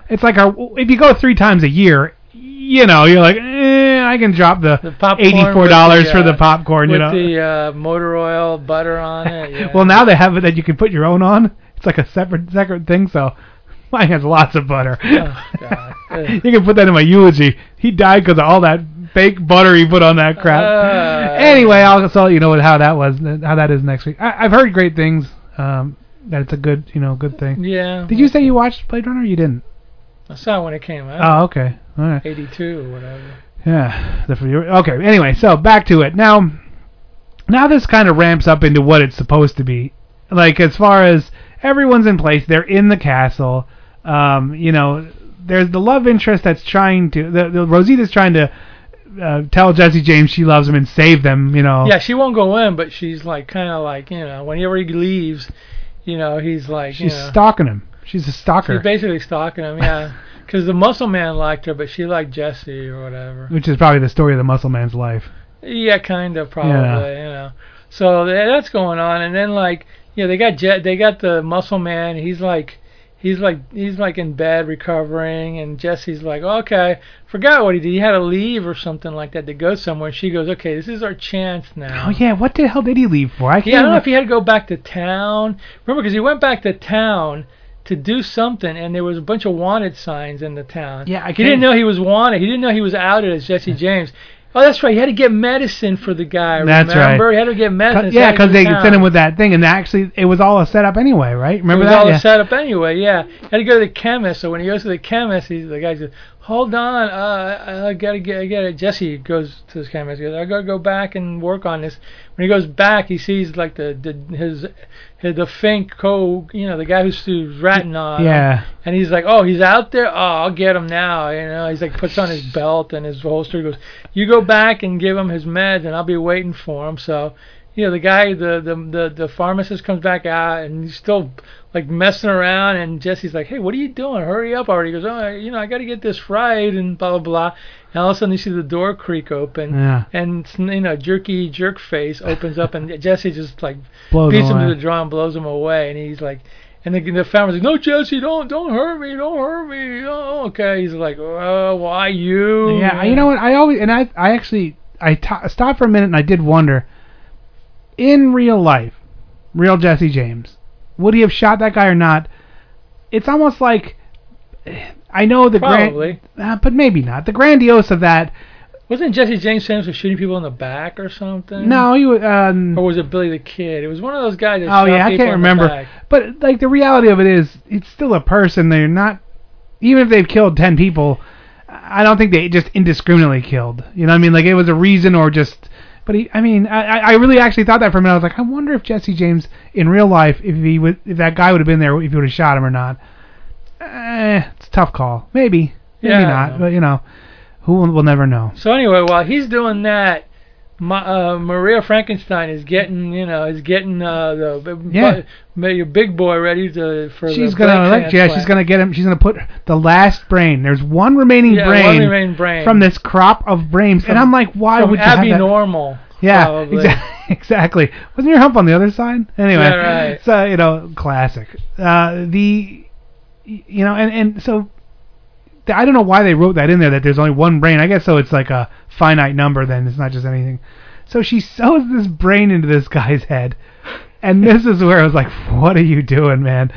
It's like our, if you go three times a year, you know, you're like, eh, I can drop the,
Popcorn
eighty-four
with
dollars for
uh,
the popcorn.
with
You know.
the uh, motor oil butter on it. Yeah.
Well, now they have it that you can put your own on. It's like a separate separate thing. So mine has lots of butter.
Oh, God.
you can put that in my eulogy. He died because of all that fake butter he put on that crap.
Uh.
anyway, I'll just let you know what, how that was, how that is next week. I, I've heard great things. Um, that it's a good, you know, good thing.
Yeah.
Did you say you watched Blade Runner? Or you didn't.
I saw it when it came out.
Oh, okay. All right.
82 or whatever.
Yeah. The, okay. Anyway, so back to it now. Now this kind of ramps up into what it's supposed to be. Like as far as everyone's in place, they're in the castle. Um, you know, there's the love interest that's trying to. The, the Rosita's trying to uh, tell Jesse James she loves him and save them. You know.
Yeah, she won't go in, but she's like kind of like you know whenever he leaves, you know he's like you
She's
know,
stalking him. She's a stalker,
she's basically stalking him. Yeah, because the muscle man liked her, but she liked Jesse or whatever.
which is probably the story of the muscle man's life.
Yeah, kind of probably.
Yeah.
You know, so tha- that's going on, and then like yeah, they got Jet, they got the muscle man. He's like. He's like he's like in bed recovering, and Jesse's like, okay, forgot what he did. He had to leave or something like that to go somewhere. She goes, okay, this is our chance now.
Oh yeah, what the hell did he leave for? I can't.
Yeah, I don't know
remember.
if he had to go back to town. Remember, because he went back to town to do something, and there was a bunch of wanted signs in the town.
Yeah, I
He didn't
can't-
know he was wanted. He didn't know he was outed as Jesse James. Oh, that's right. He had to get medicine for the guy.
That's right.
remember? He had to get medicine.
yeah,
because
because they sent him with that thing, and actually it was all a setup anyway, right?
it
Remember
was
that?
all
yeah.
set up anyway. Yeah, had to go to the chemist. So when he goes to the chemist, he's the guy says, "Hold on, uh, I, I gotta get, I gotta." Jesse goes to his chemist. He goes, "I gotta go back and work on this." When he goes back, he sees like the, the his, his the Fink co, you know, the guy who's, who's ratting on. him.
Yeah.
And he's like, "Oh, he's out there. Oh, I'll get him now." You know, he's like puts on his belt and his holster. He goes, "You go back and give him his meds, and I'll be waiting for him." So, you know, the guy, the the the, the pharmacist comes back out, and he's still like messing around. And Jesse's like, "Hey, what are you doing? Hurry up already!" He goes, "Oh, I- you know, I got to get this right," and blah blah blah. And all of a sudden, you see the door creak open,
Yeah.
and you know, jerky jerk face opens up, and Jesse just like
Blows
beats him
away.
to the draw and blows him away, and he's like, and the, the family's like, no, Jesse, don't, don't hurt me, don't hurt me. Oh, okay. He's like, oh, why you?
Yeah, you know what? I always and I I actually I to- stopped for a minute and I did wonder, in real life, real Jesse James, would he have shot that guy or not? It's almost like I know the
Probably.
grand, uh, but maybe not. The grandiose of that.
Wasn't Jesse James famous for shooting people in the back or something?
No, he would. Um,
Or was it Billy the Kid? It was one of those guys that
Oh
shot
yeah, I
people
can't
in the
remember.
back.
But like the reality of it is, it's still a person. They're not, even if they've killed ten people, I don't think they just indiscriminately killed. You know what I mean? Like it was a reason or just. But he, I mean, I, I- I really actually thought that for a minute. I was like, I wonder if Jesse James in real life, if he would, if that guy would have been there, if he would have shot him or not. Eh, it's a tough call. Maybe, maybe
Yeah, I
not.
know.
But you know, who will, we'll never know.
So anyway, while he's doing that, Ma uh, Maria Frankenstein is getting, you know, is getting uh, the the-
Yeah.
ma- your big boy ready to for the
She's gonna,
brain
like, yeah, she's
transplant.
gonna get him. She's gonna put the last brain. There's one remaining
Yeah,
brain.
one remaining brain.
from this crop of brains, and I'm like, why
from
would you
Abby
have that?
Normal?
yeah,
probably.
exa- exactly. Wasn't your hump on the other side? Anyway,
Yeah, right.
so you know, classic. Uh, the, y- you know, and and so, th- I don't know why they wrote that in there that there's only one brain. I guess so. It's like a finite number. Then it's not just anything. So she sews this brain into this guy's head, and this is where I was like, what are you doing, man?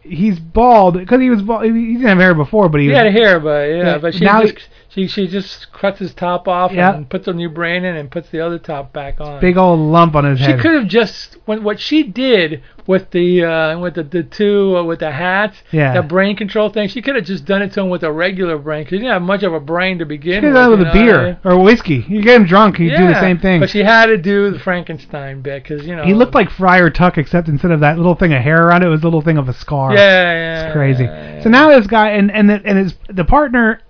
He's bald because he was bald. He he didn't have hair before, but he
He
was,
had hair, but yeah,
Yeah,
but she
now
just she she just cuts his top off
Yeah.
and puts a new brain in and puts the other top back on.
big old lump on his
she
head.
could have just when what she did with the uh, with the, the two uh, with the hats,
Yeah.
that brain control thing. She could have just done it to him with a regular brain. 'cause She didn't have much of a brain to begin
She did
with.
that with
you
a
know what I
beer
mean?
or whiskey. You get him drunk, you
yeah,
do the same thing.
But she had to do the Frankenstein bit because you know
He looked like Friar Tuck, except instead of that little thing of hair around it, it was a little thing of a scar.
Yeah, yeah,
it's crazy. So now this guy and and the, and his the partner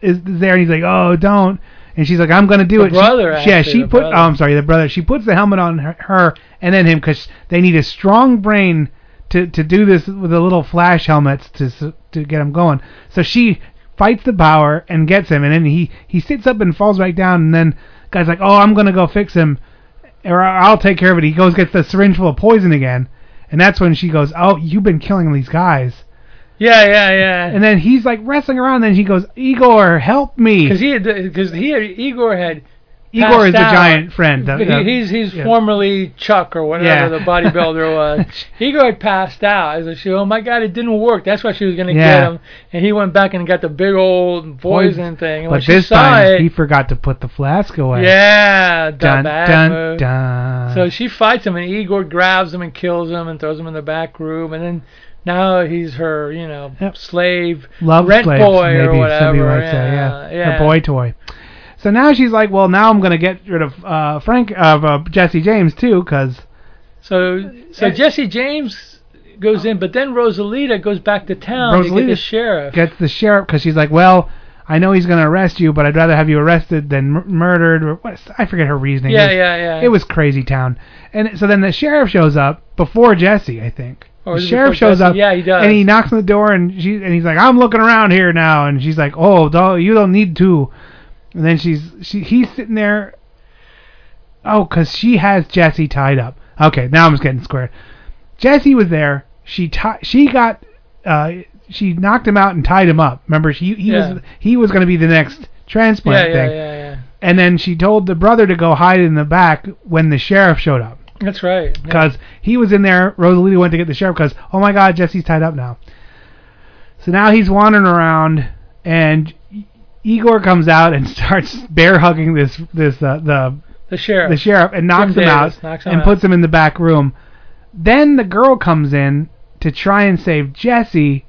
is there, and he's like, "Oh, don't." And she's like, "I'm gonna do
The
it." She-
brother,
yeah,
actually,
she
the
put.
brother.
Oh, I'm sorry, the brother. She puts the helmet on her, her and then him because they need a strong brain to to do this with the little flash helmets to s- to get him going. So she fights the power and gets him, and then he he sits up and falls back down, and then guy's like, "Oh, I'm gonna go fix him." or I- I'll take care of it. He goes gets the syringe full of poison again, and that's when she goes, "Oh, you've been killing these guys."
Yeah, yeah, yeah.
And then he's like wrestling around, and then he goes, "Igor, help me!"
Because he had, because he had, Igor had.
Igor
passed
is the
out.
giant friend. Uh, The-
He-
the-
he's he's
yeah.
formerly Chuck or whatever
Yeah.
the bodybuilder was. Igor had passed out. I was like, "Oh my God, it didn't work." That's why she was gonna
Yeah.
get him, and he went back and got the big old poison thing. And when
But
she
this
saw
time
it,
he forgot to put the flask away.
yeah, the
Dun
bad
dun
move.
dun.
So she fights him, and Igor grabs him and kills him and throws him in the back room, and then now he's her, you know, slave,
Love
rent
slaves,
boy
maybe
or
somebody
whatever.
likes that.
yeah,
Yeah, a boy toy. So now she's like, "Well, now I'm gonna get rid of uh, Frank of uh, Jesse James too, because."
So so Jesse James goes in, but then Rosalita goes back to town to get the
Rosalita
sheriff.
Gets the sheriff because she's like, well, I know he's going to arrest you, but I'd rather have you arrested than mur- murdered or what? I forget her reasoning.
Yeah,
It was-
yeah, yeah.
It was crazy town, and so then the sheriff shows up before Jesse, I think.
Or
the
Oh, is it
sheriff
before
shows
Jesse?
up,
Yeah, he does.
and he knocks on the door, and she and he's like, "I'm looking around here now," and she's like, "Oh, do you don't need to." And then she's she he's sitting there. Oh, 'cause she has Jesse tied up. Okay, now I'm just getting squared. Jesse was there. She ti- she got uh, she knocked him out and tied him up. Remember, she he
Yeah.
was he was going to be the next
yeah,
transplant
yeah,
thing.
yeah, yeah.
And then she told the brother to go hide in the back when the sheriff showed up
That's right. yeah.
because he was in there. Rosalita went to get the sheriff because oh my God, Jesse's tied up now. So now he's wandering around, and Igor comes out and starts bear hugging this this uh, the
the sheriff.
the sheriff and knocks
Jim
him
Davis
out
knocks him
and
out.
puts him in the back room. Then the girl comes in to try and save Jesse,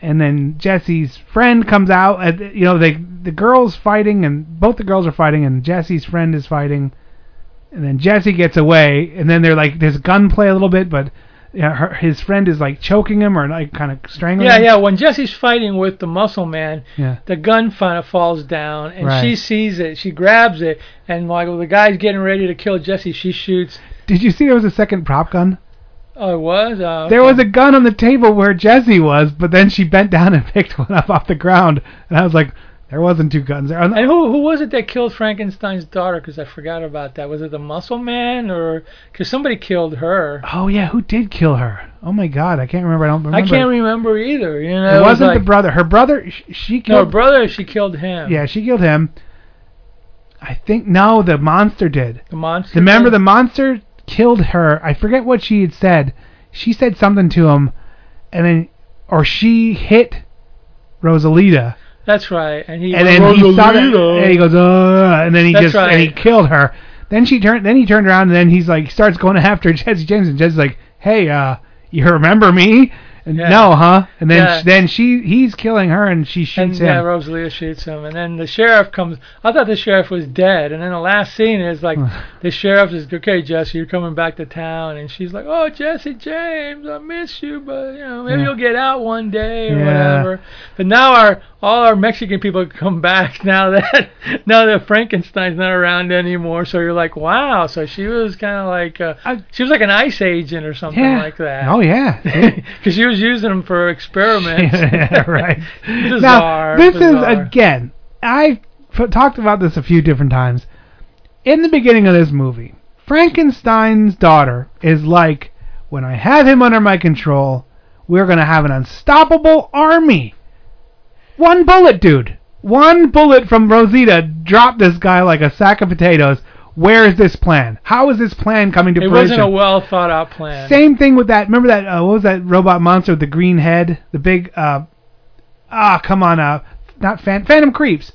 and then Jesse's friend comes out. and, You know, they the girls fighting and both the girls are fighting, and Jesse's friend is fighting, and then Jesse gets away, and then they're like there's gunplay a little bit, but you know, her, his friend is like choking him or like kind of strangling.
Yeah,
him.
yeah. When Jesse's fighting with the muscle man,
Yeah.
the gun fin- falls down, and
Right.
she sees it. She grabs it, and while the guy's getting ready to kill Jesse, she shoots.
Did you see there was a second prop gun?
Oh, it was. Uh,
There was a gun on the table where Jesse was, but then she bent down and picked one up off the ground, and I was like, there wasn't two guns there.
And who who was it that killed Frankenstein's daughter? Because I forgot about that. Was it the Muscle Man or because somebody killed her?
Oh yeah, who did kill her? Oh my God, I can't remember. I don't remember.
I can't remember either. You know,
It
was
wasn't
like-
the brother. Her brother, sh- she
No, her
killed.
brother. She killed him.
yeah, she killed him. I think no, the monster did.
the monster.
Remember, the monster killed her. I forget what she had said. She said something to him, and then, or she hit Rosalita.
That's right. And he
and
went,
then he saw that,
"Rosalita."
and he goes, Ugh, and then he
That's
just
right.
and he killed her. Then she turned, then he turned around, and then he's like, starts going after Jesse James, and Jesse's like, hey, uh, you remember me? And no, huh? And then
Yeah.
then she he's killing her, and she
And
shoots
yeah,
him.
Rosalia shoots him, and then the sheriff comes. I thought the sheriff was dead, and then the last scene is like the sheriff is okay, Jesse, you're coming back to town, and she's like, oh, Jesse James, I miss you, but you know maybe
Yeah.
you'll get out one day or
Yeah.
whatever. But now our all our Mexican people come back now that now that Frankenstein's not around anymore, so you're like, wow, so she was kind of like uh, she was like an ice agent or something
Yeah.
like that.
Oh yeah.
Because she was using them for experiments.
Yeah, right.
bizarre.
now this
bizarre.
is again. I f- talked about this a few different times. In the beginning of this movie, Frankenstein's daughter is like, when I have him under my control, we're gonna have an unstoppable army. One bullet, dude. One bullet from Rosita dropped this guy like a sack of potatoes. Where is this plan? How is this plan coming to
It
fruition?
wasn't a well thought out plan.
Same thing with that. Remember that? Uh, what was that robot monster with the green head? The big. Uh, ah, come on. Uh, not fan, Phantom Creeps.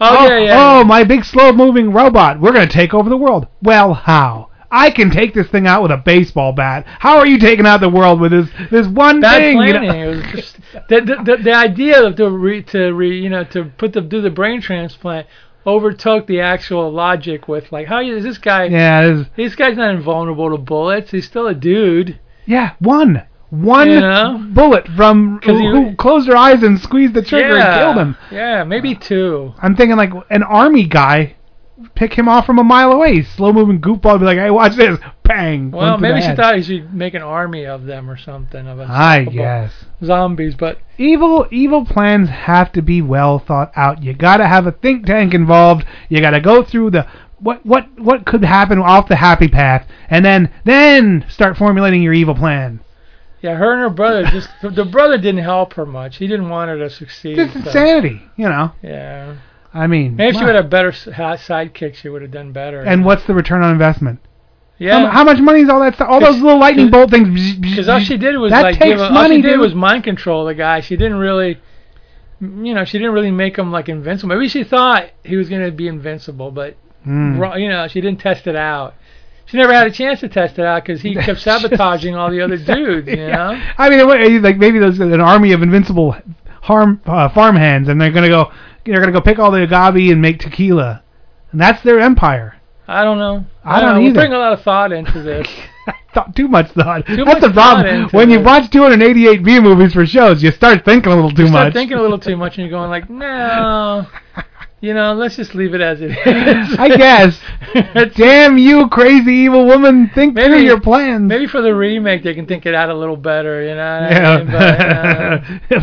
Oh, yeah, yeah.
Oh, my big slow moving robot. We're going to take over the world. Well, how? I can take this thing out with a baseball bat. How are you taking out the world with this this one
bad
thing? you know?
planning. It was just the, the, the, the idea of to re, to re, you know to put the do the brain transplant overtook the actual logic with like how is this guy?
Yeah, this-
this guy's not invulnerable to bullets. He's still a dude.
Yeah, one. One
You know?
bullet from
'Cause
who,
you-
who closed their eyes and squeezed the trigger
yeah.
and killed him.
Yeah,
Uh,
maybe two.
I'm thinking like an army guy, pick him off from a mile away. Slow moving goofball, be like, hey, watch this, bang.
Well,
one through
maybe
the
she
head.
thought he should make an army of them or something of
I
unstoppable
guess
zombies. But
evil evil plans have to be well thought out. You gotta have a think tank involved. You gotta go through the what what what could happen off the happy path, and then then start formulating your evil plan.
yeah, her and her brother just the- the brother didn't help her much. He didn't want her to succeed.
Just
so-
insanity, you know.
Yeah.
I mean,
Maybe if she
wow.
would have better s- ha- sidekick, she would have done better.
and what's the return on investment?
Yeah.
How, how much money is all that stuff? All those little lightning bolt things.
Because all she did was
that
like
takes
give a, all
money.
she did
dude.
was mind control the guy. She didn't really, you know, she didn't really make him like invincible. Maybe she thought he was going to be invincible, but
Hmm.
wrong- you know, she didn't test it out. She never had a chance to test it out because he kept sabotaging all the other dudes. You know,
I mean, what, like maybe there's an army of invincible harm uh, farm hands, and they're gonna go. They're gonna go pick all the agave and make tequila, and that's their empire.
I don't know.
I don't
know. We
either.
bring a lot of thought into this.
Thought too much thought.
Too
that's
much
the
thought
problem.
into
When you
this.
watch 288 B movies for shows, you start thinking a little too
you start
much.
thinking a little too much, and you're going like, no, you know, let's just leave it as it is.
I guess. Damn you, crazy evil woman! Think through your plans.
Maybe for the remake, they can think it out a little better, you know. what I mean? But, uh,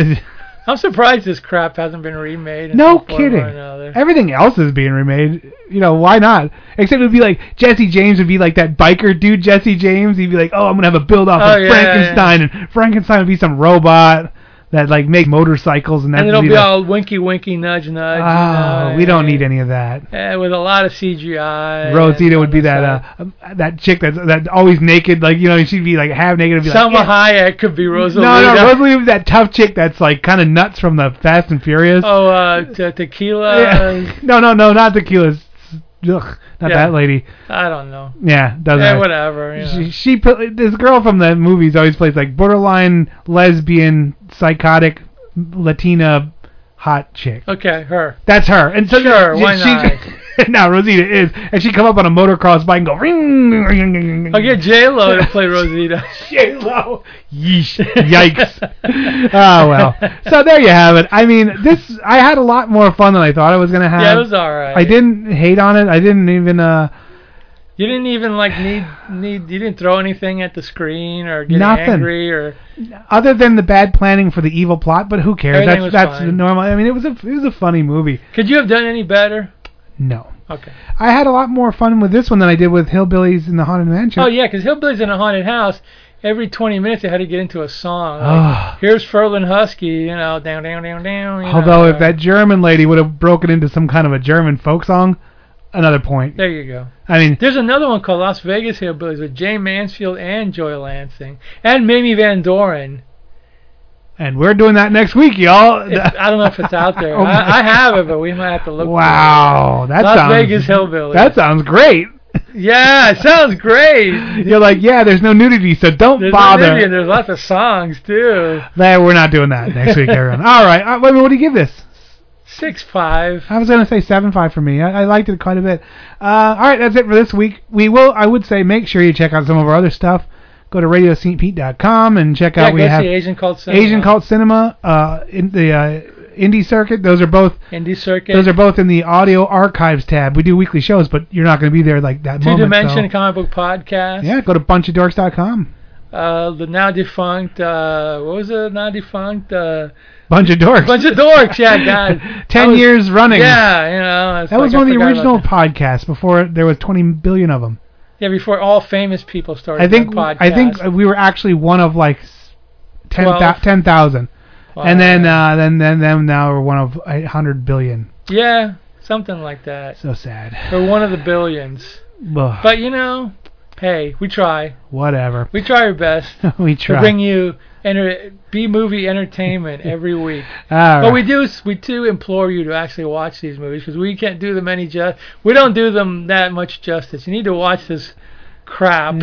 Yeah.
I'm surprised this crap hasn't been remade. in
No
some form or
kidding.
another.
Everything else is being remade. You know, why not? Except it would be like Jesse James would be like that biker dude Jesse James. He'd be like, "Oh, I'm going to have a build off
Oh,
of
yeah,
Frankenstein." And Frankenstein would be some robot that like make motorcycles and that
and it'll
would
be
like,
all winky winky nudge nudge. you know,
"Oh, we don't need any of that."
eh, with a lot of CGI.
Rosita
and
would be
all
that
stuff.
uh, um, that chick that's that always naked, like you know, she'd be like half naked and be
Selma
like, "Yeah."
Hayek could be Rosalita.
No, no, Rosalie was that tough chick that's like kind of nuts from the Fast and Furious.
Oh, uh, te- tequila.
Yeah. no, no, no, not tequila. It's- Ugh, not
uh, Yeah.
that lady.
I don't know.
Yeah, doesn't.
Eh,
matter.
whatever. You know.
She, she pl- this girl from the movies always plays like borderline lesbian, psychotic, Latina, hot chick.
okay, her.
That's her. And so
Sure,
she,
why
she, now Rosita is, and she come up on a motocross bike and go ring, ring, ring, ring, ring.
I'll get J Lo to play Rosita.
J Lo. Yeesh. Yikes. oh well. So there you have it. I mean, this I had a lot more fun than I thought I was gonna have.
Yeah, it was alright.
I didn't hate on it. I didn't even uh
You didn't even like need need. You didn't throw anything at the screen or get
Nothing.
angry or.
other than the bad planning for the evil plot, but who cares?
Everything was
that's that's
fine.
normal. I mean, it was a it was a funny movie.
Could you have done any better?
No.
Okay.
I had a lot more fun with this one than I did with Hillbillies in the Haunted Mansion.
Oh yeah, 'cause Hillbillies in a Haunted House, every 20 minutes they had to get into a song.
Ah.
Like, Here's Ferlin Husky, you know, down, down, down, down. you
Although
know, uh,
if that German lady would have broken into some kind of a German folk song, another point.
There you go.
I mean,
There's another one called Las Vegas Hillbillies with Jay Mansfield and Joy Lansing and Mamie Van Doren.
and we're doing that next week, y'all.
It's, I don't know if it's out there.
Oh my
I, I have it, but we might have to look. for it.
Wow, that
Las
sounds
Vegas Hillbillies.
That sounds great.
Yeah, it sounds great.
You're like, yeah, there's no nudity, so don't
There's,
bother.
and there's lots of songs too.
Nah, we're not doing that next week, everyone. All right, uh, wait, a minute, what do you give this?
Six five.
I was gonna say seven five for me. I, I liked it quite a bit. Uh, all right, that's it for this week. We will. I would say make sure you check out some of our other stuff. Go to radiostpete.com and check
Yeah,
out. we
go
have
see Asian Cult Cinema.
Asian Cult Cinema, uh, in the uh, Indie Circuit. Those are both
Indie Circuit.
those are both in the Audio Archives tab. We do weekly shows, but you're not going to be there like that.
Two
moment,
Dimension
so-
Comic Book Podcast.
Yeah, go to bunchofdorks.com.
uh, the now defunct, uh, what was it? Now defunct, uh,
Bunch of dorks.
bunch of dorks. Yeah, God. I
Ten
was-
years running.
Yeah, you know. it's
That was
like I
one of the
forgot
original
about that.
podcasts before there was 20 billion of them.
Yeah, before all famous people started.
I think
their podcast.
I think we were actually one of like s- ten thou-
Twelve. Oh,
10,000. and then
Wow.
uh, then then then now we're one of 800 billion.
yeah, something like that.
So sad.
Or one of the billions.
Ugh.
But you know, Hey, we try.
Whatever.
We try our best.
we
to
try.
bring you enter- B movie entertainment every week.
All
But
right.
we do we do implore you to actually watch these movies because we can't do them any just we don't do them that much justice. You need to watch this crap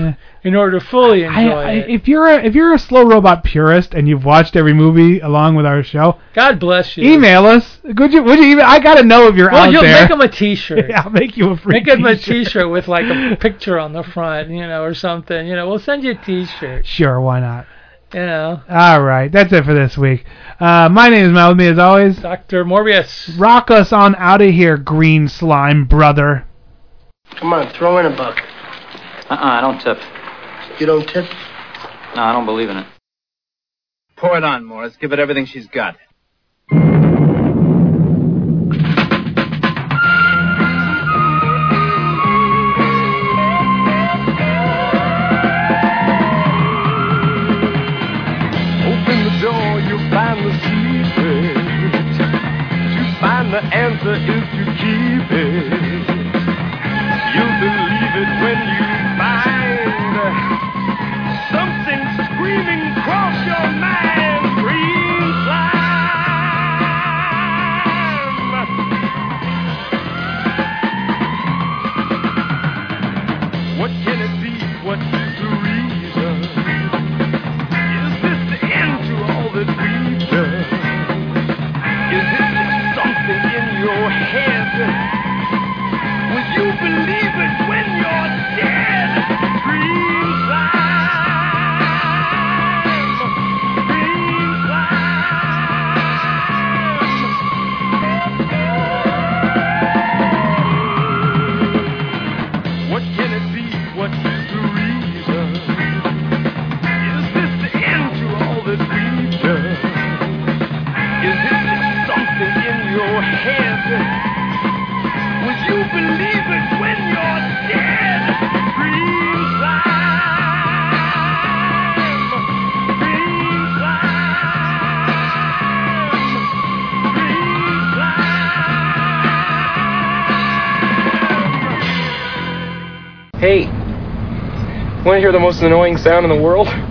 in order to fully enjoy
I, I,
it.
if you're a, if you're a slow robot purist and you've watched every movie along with our show,
God bless you.
email us. Could you? Would you even? I gotta know if you're
well,
out
you'll
there.
make them a T-shirt.
Yeah, I'll make you a free
Make him a
t-shirt.
T-shirt with like a picture on the front, you know, or something. You know, we'll send you a T-shirt.
Sure, why not?
You know,
All right, that's it for this week. Uh, my name is Matt. With me, as always,
Doctor Morbius.
rock us on out of here, green slime brother.
Come on, throw in a buck.
Uh-uh, I don't tip.
You don't tip?
No, I don't believe in it.
Pour it on, Morris. Give it everything she's got.
Open the door, you'll find the secret. To find the answer is to keep it. You'll believe it when you find something screaming across your mind. Green slime. What can it be? What's the reason? Is this the end to all that we've done? Is it just something in your head? Will you believe it when you're dead? Dream time, dream time. What can it be? What's the reason? Is this the end to all that we've done? Is it just something in your head? Will you believe it when you're dead? Dream time, dream time, dream time.
Hey, want to hear the most annoying sound in the world?